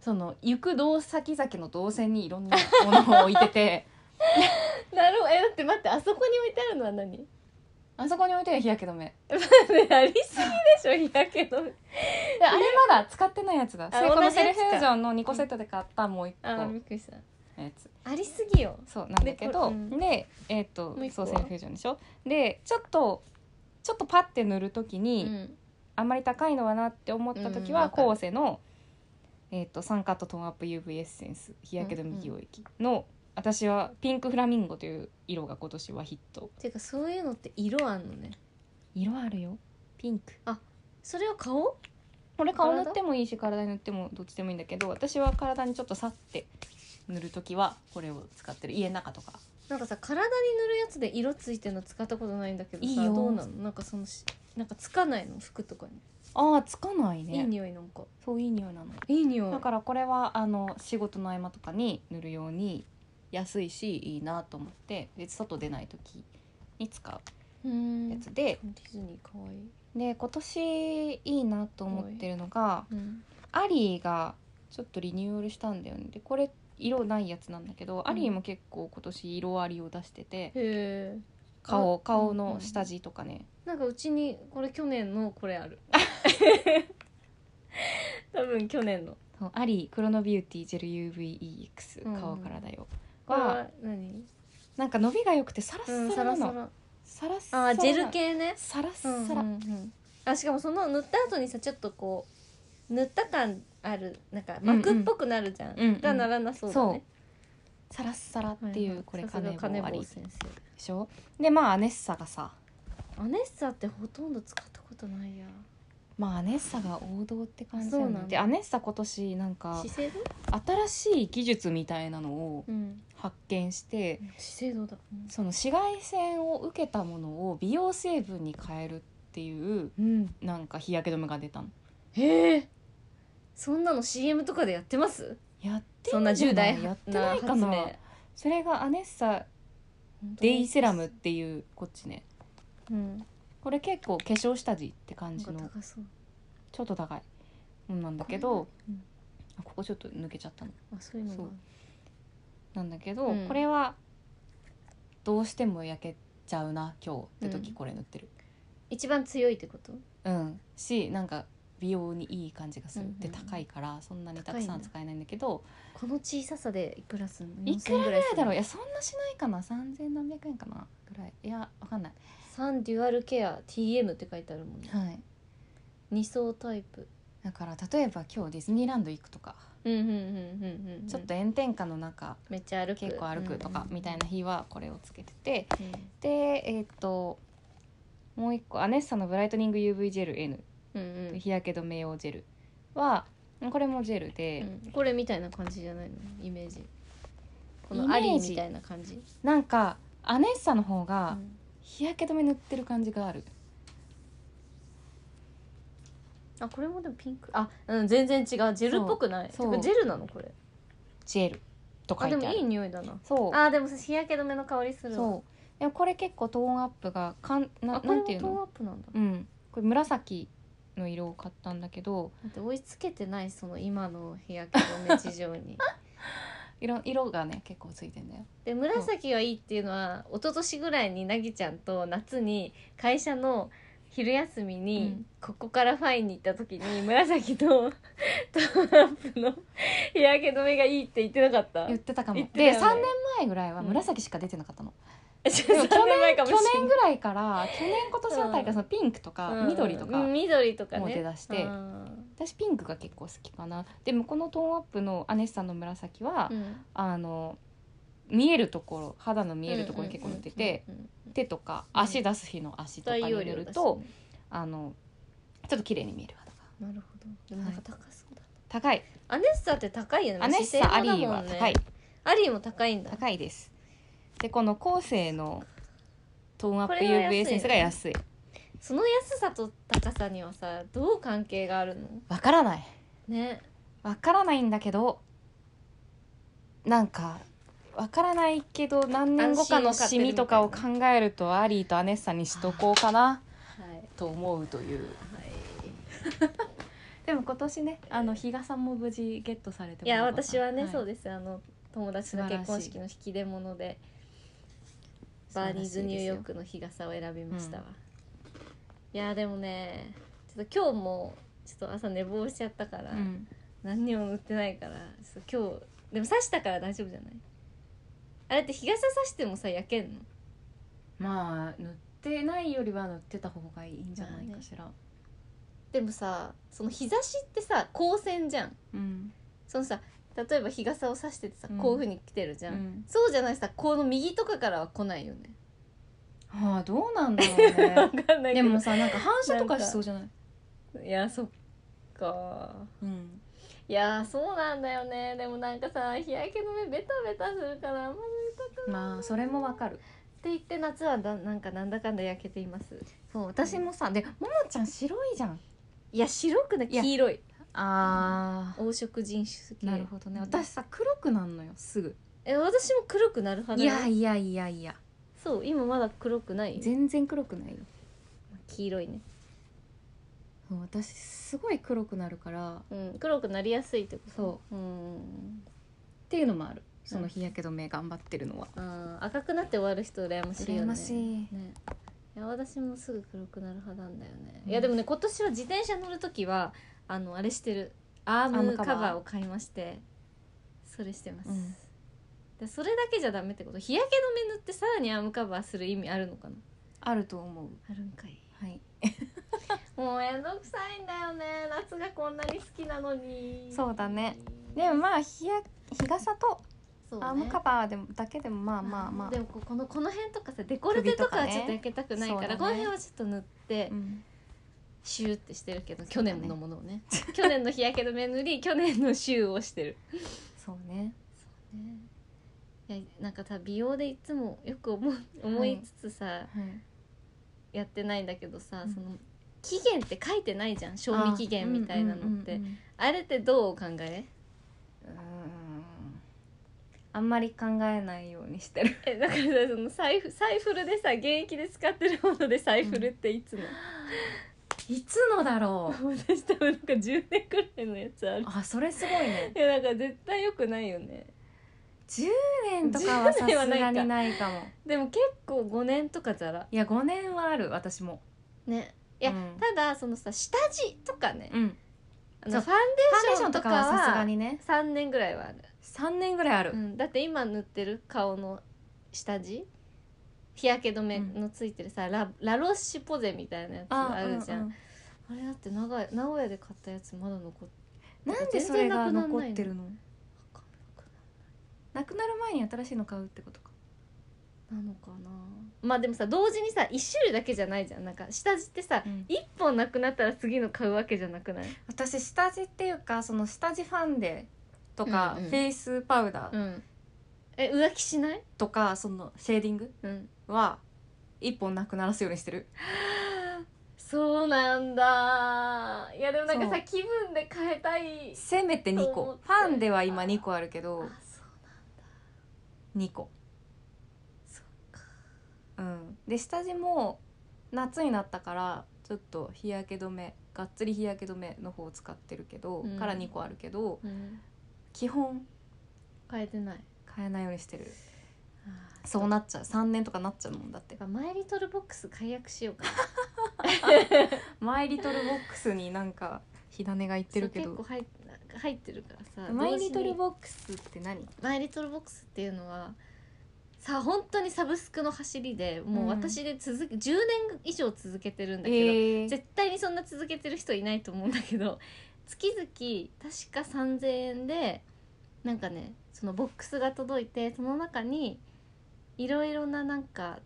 S1: その行く道先々の動線にいろんなものを置いて
S2: [laughs]
S1: て
S2: なるほどえだって待ってあそこに置いてあるのは何 [laughs] ね
S1: あそこに置いてる日焼け止め
S2: ありす [laughs] ぎでしょ日焼け止め
S1: であれまだ使ってないやつだ
S2: あ
S1: それこの
S2: 同じ
S1: セル
S2: やつ
S1: フ
S2: か
S1: ュージョンの2個セットで買ったもう1個
S2: あーび
S1: の
S2: っくりした
S1: やつ
S2: ありすぎよ
S1: そうなんだけど
S2: で
S1: で,、
S2: これ
S1: えっと
S2: もう一個
S1: そう
S2: は
S1: セルフュージョンでしょでちょっとちょっとパッて塗るとき
S2: う
S1: に、
S2: ん
S1: あんまり高いのはなって思った時
S2: うん
S1: は、
S2: わかる
S1: コーセの、えっと酸化とトーンアップ UV エッセンス日焼け止め美容液の、私はピンクフラミンゴという色が今年はヒット
S2: ていうかそういうのって色あんのね
S1: 色あるよピンク
S2: それを顔
S1: これ顔塗
S2: 体
S1: ってもいいし体に塗ってもどっちでもいいんだけど私は体にちょっとさって塗る時はこれを使ってる家の中とか
S2: なんかさ体に塗るやつで色ついてるの使ったことないんだけどさ
S1: いいよ
S2: どうなのなんかそのしなんかつかないの服とかに、
S1: ああつかないね
S2: いい匂いなんか
S1: そういい匂いなの
S2: いい匂い
S1: だからこれはあの仕事の合間とかに塗るように安いしいいなと思ってで外出ない時に使
S2: うー
S1: うんや
S2: デ
S1: つで、
S2: ィズニー可愛い
S1: で今年いいなと思ってるのが
S2: うん
S1: アリーがちょっとリニューアルしたんだよねでこれ色ないやつなんだけど、
S2: ん
S1: アリーも結構今年色ありを出してて
S2: へえ
S1: 顔顔
S2: うんう
S1: の
S2: ん
S1: 下地とかね、
S2: なんかうちにこれ去年のこれ [laughs] ある多分去年の
S1: そのアリークロノビューティージェル UVEX
S2: うん
S1: 顔からだよ、
S2: これ
S1: は
S2: は何
S1: なんか伸びが良くてサラッ
S2: うん
S1: サ
S2: サ
S1: ラ
S2: ラ
S1: な
S2: サ
S1: の、
S2: ラ
S1: サラッサ
S2: あ
S1: ラ
S2: ージェル系ね
S1: サラ
S2: うんうん
S1: ッサラ、
S2: うんあしかもその塗った後にさちょっとこう塗った感あるなんか膜っぽくなるじゃん、
S1: うんうん
S2: がならなそうだね
S1: サラッサラって
S2: はい
S1: い
S2: はいう
S1: これ
S2: さすが
S1: 金棒あり
S2: 坊
S1: で
S2: 先生
S1: しょでまあアネッサがさ
S2: アネッサってほとんど使ったことないや
S1: まあアネッサが王道って感じだ
S2: そ
S1: よ
S2: うなん
S1: ね
S2: だ
S1: でアネッサ今年なんか
S2: 資生堂
S1: 新しい技術みたいなのを
S2: うん
S1: 発見して
S2: 資生堂だ
S1: その紫外線を受けたものを美容成分に変えるっていう
S2: うん
S1: なんか日焼け止めが出たの
S2: へえそんなの CM とかでやってます
S1: やって
S2: そんな10代
S1: やってないかな
S2: 発明
S1: それがアネッサデイセラムっ、ていうこっちね
S2: うん、な
S1: これ結構化粧下地って感
S2: ん
S1: じ
S2: か
S1: の
S2: 高そう
S1: ちょっと高いものなんだけど、
S2: うん
S1: あここちょっと抜けちゃったの
S2: あそういうのが
S1: そうなんだけど、
S2: うん
S1: これはどうしても焼けちゃうな今日って時
S2: うん
S1: これ塗ってる
S2: 一番強いってこと
S1: うん、しなんか美容にいい感じがする、
S2: うんうん
S1: で高いからそんなにたくさ
S2: 高いん
S1: ん
S2: だ
S1: 使えないんだけど
S2: この小ささでいくらすんの
S1: いくら
S2: ぐ
S1: ぐ
S2: ら
S1: ら
S2: い
S1: いだろういやそんなしないかな3000何百円かなぐらいいやわかんない
S2: サンデュアルケア TM って書いてあるもんね
S1: はい
S2: 二層タイプ
S1: だから例えば今日ディズニーランド行くとか、
S2: うんうんうんうんうんうん
S1: ちょっと炎天下の中
S2: めっちゃ歩く
S1: 結構歩くとかみたいな、日はこれをつけてて、
S2: うんうん
S1: でえっ、ともう一個アネッサのブライトニング UV ジェル N
S2: うんうん
S1: 日焼け止め用ジェルはこれもジェルで、
S2: うんこれみたいな感じじゃないのイメージこ
S1: イ
S2: の
S1: メ
S2: ア
S1: ージ
S2: リーみたいな感じ、
S1: なんかアネッサの方
S2: う
S1: が
S2: ん
S1: 日焼け止め塗ってる感じがある、
S2: あこれもでもピンクあうん全然違うジェルっぽくない
S1: そう
S2: てかジェルなのこれ
S1: ジェルと書
S2: あ
S1: い
S2: で
S1: てあ
S2: も
S1: る
S2: いい匂いだな
S1: そう
S2: あでも日焼け止めの香りするわ
S1: そうでもこれ結構トーンアップがかんな
S2: あこ
S1: な
S2: れ
S1: ん
S2: も
S1: て
S2: ト
S1: いう
S2: ーンア
S1: の
S2: ップなんだ
S1: うんこれ紫の色を買ったんだけど
S2: だって追いつけてないその今の日焼け止め事情に
S1: 色色がね結構ついてんだよ
S2: で紫がいいっていうのは一昨年ぐらいになぎちゃんと夏に会社の昼休み
S1: う
S2: に
S1: ん
S2: ここからファインに行った時に紫とトーンアップの日焼け止めがいいって言ってなかった
S1: 言ってたかも
S2: 言ってたよ
S1: で
S2: ね
S1: 3年前ぐらいは紫しか出てなかったの、
S2: 去年前かもし
S1: 去
S2: れな
S1: 年
S2: い
S1: ぐらいから去年今年あたりからそのピンクとか
S2: うん
S1: 緑とか
S2: うん緑とかね
S1: もう出だして
S2: うん
S1: 私ピンクが結構好きかなでもこのトーンアップのアネッサの紫は、
S2: うん
S1: あの見えるところ肌の見えるところに結構塗ってて、
S2: うんうんうんうん
S1: 手とか
S2: うん
S1: 足出す日の足とかに
S2: 大容
S1: 塗
S2: 量
S1: る
S2: だし
S1: と、あのちょっと綺麗に見える肌が
S2: なるほどでもなんか高そうだ、
S1: 高い
S2: アネッサって高いよね
S1: アネッ
S2: 資生堂
S1: サア
S2: だ
S1: リ
S2: もんね
S1: ーは高い
S2: アリーも高いんだ
S1: 高いですでこの後世のトーンアップ
S2: これは
S1: UV エッセンスが安い
S2: その安さと高さにはさどう関係があるの
S1: わからない
S2: ね
S1: わからないんだけどなんかわからないけど何年後かのシミとかを考えるとアリーとアネッサにしとこうかな
S2: はいはい
S1: と思うという [laughs] でも今年ねあの比嘉さんも無事ゲットされて
S2: いや私はね、そう
S1: で
S2: ですあの友達の結婚式の引き出物でバーニーズニューヨークの日傘を選びましたわ、いやでもねちょっと今日もちょっと朝寝坊しちゃったから、
S1: うん、
S2: 何にも塗ってないからちょっと今日でも刺したから大丈夫じゃないあれって日傘刺してもさ焼けんの
S1: まあ塗ってないよりは塗ってた方がいいんじゃないかしら、
S2: でもさその日差しってさ光線じゃん
S1: うん
S2: そのさ例えば日傘を差しててさ、
S1: うん
S2: こういう風に来てるじ
S1: う
S2: ゃん、
S1: ん、
S2: そうじゃないさこの右とかからは来ないよ [laughs] ね
S1: ああどうなんだろう [laughs] ね
S2: 分かんないけ
S1: で
S2: ど
S1: もさなんか反射とかしそうじゃない
S2: いやそっか
S1: うん
S2: いやそうなんだよねでもなんかさ日焼け止めベタベタするからあんま塗りたくない
S1: まあそれもわかる
S2: って言って夏はだなんかなんだかんだ焼けています
S1: そう私もさでももちゃん白いじゃん
S2: いや白くない
S1: いや
S2: 黄色い
S1: あ
S2: 黄色人種好き
S1: なるほどね
S2: うん
S1: 私さ黒くなんのよすぐ
S2: え私も黒くなる派
S1: い
S2: だよ
S1: やいやいやいや
S2: そう今まだ黒くない
S1: 全然黒くないよ
S2: 黄色いね
S1: そう私すごい黒くなるからっ
S2: うん黒くなりやすいってこと
S1: そう
S2: うん
S1: ていうのもあるその日焼け止め頑張ってるのは
S2: あー赤くなって終わる人羨ましいよね
S1: 羨ましい
S2: ねいや私もすぐ黒くなる派なんだよね、
S1: うん
S2: いやでもね今年は自転車乗る時はあのあれしてるアー
S1: アー
S2: ム
S1: ム
S2: カ
S1: カバー
S2: バーを買いましてそれしてます、
S1: うん
S2: でそれだけじゃダメってこと日焼け止め塗ってさらにアームカバーする意味あるのかな
S1: あると思う
S2: あるんかい [laughs]
S1: はい
S2: もうめんどくさいんだよね夏がこんなに好きなのに
S1: そうだね
S2: で
S1: でもまあ日や日傘と
S2: そうね
S1: アームカバーでもだけでもまあまあまあ
S2: でもここのこの辺とかさデコルテとかは
S1: 首とかね
S2: ちょっと焼けたくないから、
S1: そうだね
S2: この辺はちょっと塗って、
S1: うん
S2: シューってしてるけど、
S1: そ
S2: 去
S1: うだね
S2: 年のものをね去年の日焼け止め塗り [laughs] 去年のシューをしてる、
S1: そうね
S2: いやなんかさ美容でいつもよく思う思いつつさ、
S1: はい
S2: やってないんだけどさ、
S1: うん
S2: その期限って書いてないじゃん賞味期限みたいなのってあ,、
S1: あ,うんうんうんうん、
S2: れってどうお考え
S1: うーんあんまり考えないようにしてる
S2: えだからさそのサイフサイフルでさ現役で使ってるものでサイフルっていつの、
S1: いつのだろ
S2: 私多分 [laughs] なんか10年くらいのやつある
S1: あそれすごいね
S2: いやなんか絶対良くないよね
S1: 10年とかはさす
S2: 10年は
S1: が
S2: ないか
S1: にないかも
S2: でも結構5年とかざら
S1: いや5年はある私も
S2: ねいや、
S1: うん
S2: ただそのさ下地とかね、
S1: うん
S2: あ
S1: そ
S2: のフ
S1: ファン
S2: ァンデ
S1: デ
S2: ー
S1: ー
S2: シ
S1: ショ
S2: ョン
S1: ン
S2: と
S1: と
S2: か
S1: か
S2: は
S1: はさすがにね
S2: 3年ぐらいはある
S1: 3年ぐらいある、
S2: うん、だって今塗ってる顔の下地日焼け止めのついてるさ、ララロッシュポゼみたいなやつ
S1: あ
S2: あるじゃんあ,、
S1: うう
S2: れだって長い名古屋で買ったやつまだ残って
S1: なんでそれが
S2: 全然なくな
S1: 残
S2: んないの
S1: ってるのなくなる前に新しいの買うってことか
S2: なのかなまあでもさ同時にさ1種類だけじゃないじゃんなんか下地ってさ、
S1: うん
S2: 一1本なくなったら次の買うわけじゃなくない
S1: 私下地っていうかその下地ファンデとか、
S2: うんうん
S1: フェイスパウダ
S2: う
S1: ー
S2: んえ浮気しない
S1: とかそのシェーディング
S2: うん
S1: は一本なくならすようにしてる
S2: そうなんだいやでもなんか
S1: そ
S2: さ
S1: う
S2: 気分で変えたい
S1: せめて2
S2: そう
S1: 個ファンでは今2個あるけ
S2: あ
S1: ど
S2: そう
S1: 2個
S2: そっ
S1: うんで下地も夏になったからちょっと日焼け止めがっつり日焼け止めの方を使ってるけど、
S2: うん
S1: から2個あるけど
S2: うん
S1: 基本
S2: 変えてない
S1: 変えないようにしてる
S2: そう
S1: そう
S2: な
S1: なっちゃう3年とかなっちゃうもんだって
S2: マイリトルボックス解約しようかな
S1: マイリトルボックスになんか火種がいってるけ
S2: そう
S1: ど
S2: 結構入っ入ってるからさ
S1: マイリトル
S2: ック
S1: ボックスって何
S2: スマイリトルボックスっていうのはさ本当にサブスクの走りでもう私で続け、10年以上続けてるんだけ
S1: え
S2: ど、
S1: ー、
S2: 絶対にそんな続けてる人いないと思うんだけど月々確か3,000円でなんかねそのボックスが届いてその中にいろいろななんか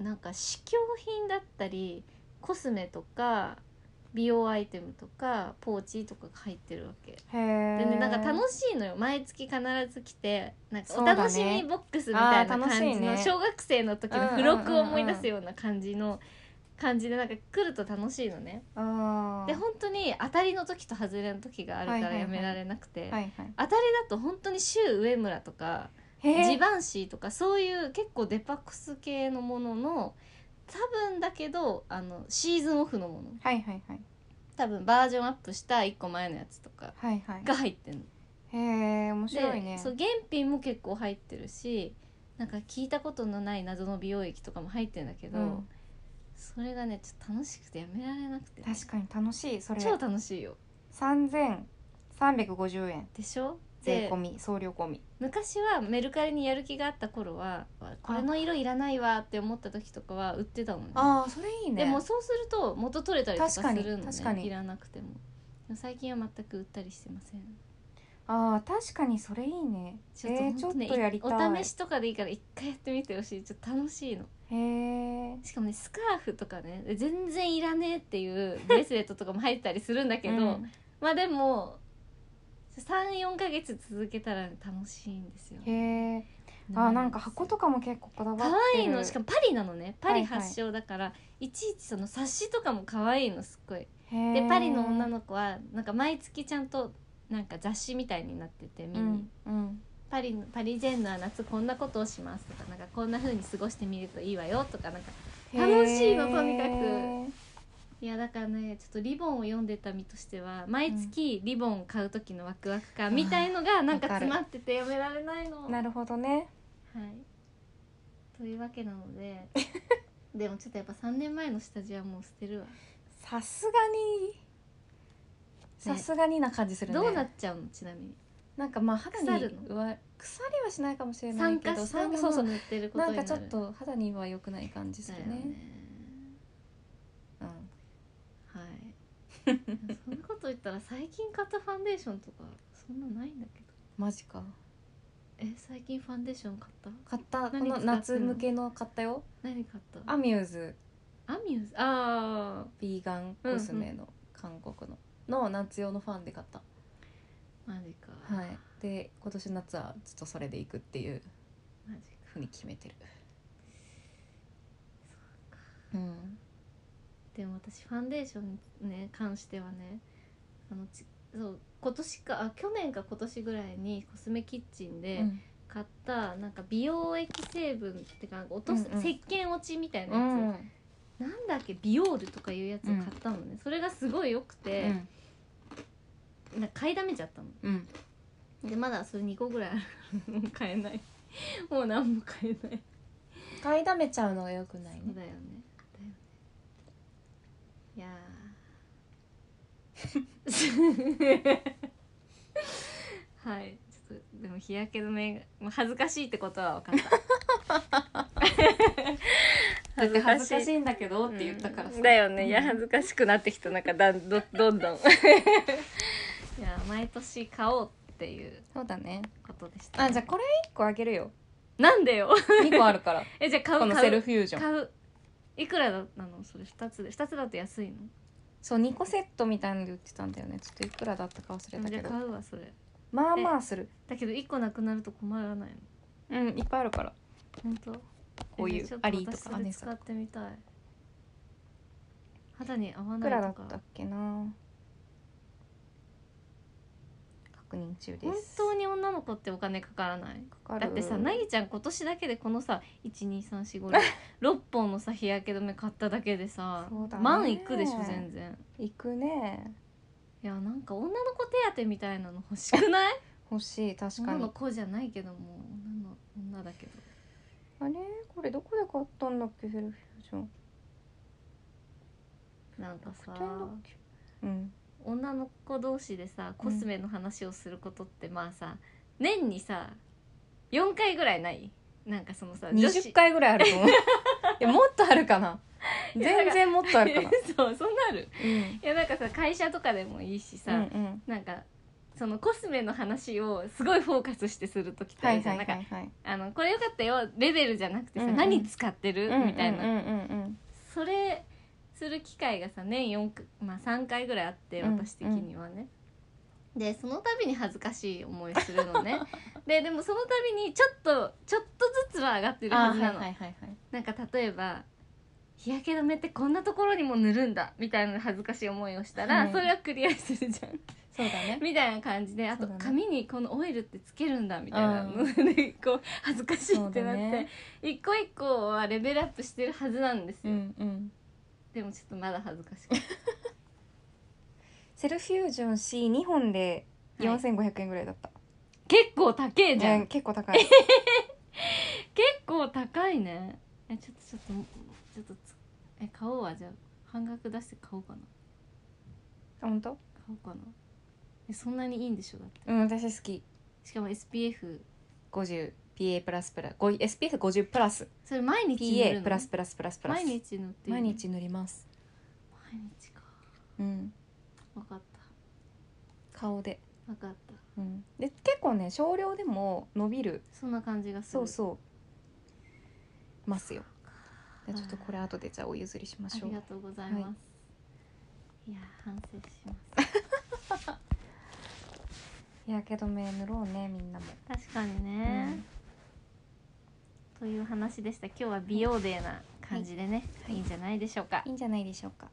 S2: なんか試供品だったりコスメとか美容アイテムとかポーチとかが入ってるわけ。
S1: へえ
S2: でね、なんか楽しいのよ毎月必ず来てなんか
S1: そ
S2: お
S1: うだね
S2: 楽しみボックスみたいな
S1: あー
S2: 感
S1: 楽しいね
S2: じの、小学生の時の付録を思い出すような感じの感じでなんか来ると楽しいのね
S1: あー
S2: で本当に当たりの時と外れの時があるからやめられなくて、
S1: はいはい
S2: 当たりだと本当に週上村とか
S1: へー
S2: ジバンシーとかそういう結構デパックス系のものの多分だけどあのシーズンオフのもの
S1: はいはいはい
S2: 多分バージョンアップした1個前のやつとか
S1: はいはい
S2: が入ってんの。
S1: へえ面
S2: で
S1: 白いね
S2: そう原品も結構入ってるしなんか聞いたことのない謎の美容液とかも入ってるんだけど、
S1: うん
S2: それがねちょっと楽しくてやめられなくて、
S1: 確かに楽しいそれ
S2: 超楽しいよ
S1: 3350円
S2: でしょ
S1: 税
S2: で
S1: 込み送料込み
S2: 昔はメルカリにやる気があった頃はこれの色いらないわって思った時とかは売ってたのね
S1: ああそれいいね
S2: でもそうすると元取れたりとかす
S1: 確かに
S2: るのね
S1: 確かに
S2: いらなくてもでも最近は全く売ったりしてません
S1: ああ確かにそれいいね
S2: ちょっと
S1: えー、ちょ
S2: ほ
S1: っ
S2: んとね
S1: とやりたい
S2: お試しとかでいいから一回やってみてほしいちょっと楽しいの
S1: へえ
S2: しかもねスカーフとかね全然いらねえって
S1: [laughs]
S2: いうブレスレットとかも入ってたりするんだけど、まあでも34か月続けたら楽しいんですよ。
S1: へえあーなんか箱とかも結構こだわって
S2: 可
S1: る
S2: 愛いのしかもパリなのねパリ発祥だから、いちいちその冊子とかも可愛いのすっごい。
S1: も
S2: でパリの女の子はなんか毎月ちゃんとなんか雑誌みたいになっててミ
S1: う
S2: ニ、
S1: んうん
S2: パリのパリジェンヌは夏こんなことをしますとかなんかこんな風に過ごしてみるといいわよとかなんか
S1: へー
S2: 楽しいのとにかくいやだからねちょっとリボンを読んでた身としては毎月リボン買う時のワクワク感みたいのがなんか詰まっててやめられないの。
S1: なるほどね
S2: はい、というわけな
S1: [laughs]
S2: のででもちょっとやっぱ3年前の下地はもう捨てるわ、
S1: さすがにさすがにな感じするね
S2: どうなっちゃうのちなみに
S1: なんかまあ肌に
S2: 腐るの
S1: うわ腐りはしないかもしれない
S2: 酸
S1: け
S2: 化
S1: ど
S2: したも
S1: 酸そうそ
S2: のを
S1: う
S2: 塗ってること
S1: な
S2: に
S1: ん
S2: な
S1: か
S2: る
S1: ちょっと肌には良くない感じす
S2: だ
S1: る
S2: よ
S1: ね
S2: はいそんなこと言ったら最近買ったファンデーションとかそんなないんだけど
S1: マジか
S2: え最近ファンデーション買った
S1: 買ったこ
S2: 何
S1: の
S2: 使ってんの
S1: 夏向けの買ったよ
S2: 何買った
S1: アミューズ
S2: アミューズああ
S1: ビーガンコスメの韓国の、の夏用のファンで買った
S2: マジか
S1: はいで今年夏はずっとそれで行くっていう
S2: マジ
S1: ふうに決めてるうん
S2: でも私ファンデーションにね関してはねあのちそう今年かあ去年か今年ぐらいにコスメキッチンで
S1: うん
S2: 買ったなんか美容液成分ってか落とす、
S1: うんうん
S2: 石鹸落ちみたいな
S1: う
S2: やつ、
S1: ん
S2: なんだっけビオールとかいうやつを買ったのね、それがすごい良くて、なんか買いだめちゃったの
S1: うん
S2: でまだそれ2個ぐらいあるもう買えないもう何も買えない
S1: 買いだめちゃうのがよくない
S2: そう
S1: ね
S2: だよねだよねいや [laughs] ーはいちょっとでも日焼け止めがまあ恥ずかしいってことは分かった [laughs]
S1: だって恥ずかしいんだけどって言ったからさ、
S2: うんだよねいや
S1: うん
S2: 恥ずかしくなってきたなんかだんどどんどん [laughs] いや毎年買おうっていう
S1: そうだね
S2: ことでした、
S1: あじゃあこれ一個あげる
S2: [laughs]
S1: よ
S2: なんでよ
S1: 二個あるから
S2: えじ [laughs] ゃあ買う
S1: この
S2: 買
S1: セ
S2: う
S1: ルフユージョン
S2: 買ういくらだなのそれ二つで二つだと安いの
S1: そう二個セットみたいので売ってたんだよねちょっといくらだったか忘れた
S2: じゃ
S1: け
S2: あ
S1: ど
S2: 買うわそれ
S1: まあまあする
S2: だけど一個なくなると困らないの
S1: うんいっぱいあるから
S2: 本当
S1: こういうアリーとかアネサ
S2: 使ってみたい肌に合わ
S1: い
S2: な
S1: く
S2: い
S1: らだ
S2: と
S1: っ
S2: か
S1: たっけな確認中です
S2: 本当に女の子ってお金かからない
S1: かかる
S2: だってさなぎちゃん今年だけでこのさ12345
S1: [laughs]
S2: 6本のさ日焼け止め買っただけでさ
S1: そうだね
S2: 万いくでしょ全然
S1: 行くね
S2: いやなんか女の子手当みたいなの欲しくない
S1: 欲しい確か
S2: 女の
S1: に
S2: 子じゃないけども女の女だけど
S1: あれこれどこで買ったんだっけセルフユージョン
S2: なんかさ
S1: 楽天だっけうん
S2: 女の子同士でさコスメの話をすることって、まあさ年にさ4回ぐらいないなんかそのさ女
S1: 20
S2: 子
S1: 回ぐらいあると思
S2: [laughs]
S1: ういやもっとあるかな全然もっとあるかな
S2: [laughs] そうそうなる
S1: うん
S2: いやなんかさ会社とかでもいいしさ、
S1: うんうん
S2: なんかそのコスメの話をすごいフォーカスしてする時ってあ
S1: は
S2: る
S1: い
S2: じゃ
S1: は
S2: ん
S1: い
S2: な
S1: は
S2: んか
S1: いはい
S2: あのこれ良かったよレベルじゃなくてさ、
S1: うんうん
S2: 何使ってるみたいな、
S1: うんうんうん
S2: それする機会がさ年4回、まあ、3回ぐらいあって
S1: うん
S2: 私的にはね、でその度に恥ずかしい思いするのね [laughs] ででもその度にちょっとちょっとずつは上がって
S1: うん
S2: るはずなの、
S1: いはいはい
S2: なんか例えば日焼け止めってこんなところにも塗るんだみたいな恥ずかしい思いをしたら、
S1: はい
S2: それはクリアするじゃん [laughs]
S1: そうだね
S2: みたいな感じであと
S1: そうだね
S2: 髪にこのオイルってつけるんだみたいな
S1: うん
S2: の [laughs] でこう恥ずかしいってな
S1: そうだ
S2: って、
S1: ね
S2: 一個一個はレベルアップしてるはずなんです
S1: う
S2: よ、
S1: んうん
S2: でもちょっとまだ恥ずかしくて
S1: セルフユージョン C2 本で
S2: はい
S1: 4500円ぐらいだった、
S2: 結構高えじゃん
S1: うん結構高
S2: [laughs]
S1: い
S2: 結構高いねえちょっとちょっとちょっとつえ買おうわじゃあ半額出して買おうかな
S1: あ本当
S2: 買おうかなえそんなにいいんでしょだって
S1: うん私好き
S2: しかも SPF
S1: 50PA プラスプラ SPF50 プラス
S2: それ毎日塗るの
S1: PA プラスプラスプラスプラス
S2: 毎日塗っていい
S1: 毎日塗ります
S2: 毎日か
S1: うん
S2: 分かった
S1: 顔で、
S2: 分かった
S1: うん、で結構ね少量でも伸びる
S2: そんな感じがす
S1: そ
S2: る
S1: うそうますよでちょっとこれ後でじゃあお譲りしまし
S2: あ
S1: ょう
S2: りがとうございます、、
S1: はい
S2: やー反省します
S1: 日焼け止め塗ろうねみんなも、
S2: 確かにね、という話でした今日は美容デーな感じでね、
S1: はい
S2: い、いんじゃないでしょうか
S1: いいんじゃないでしょうか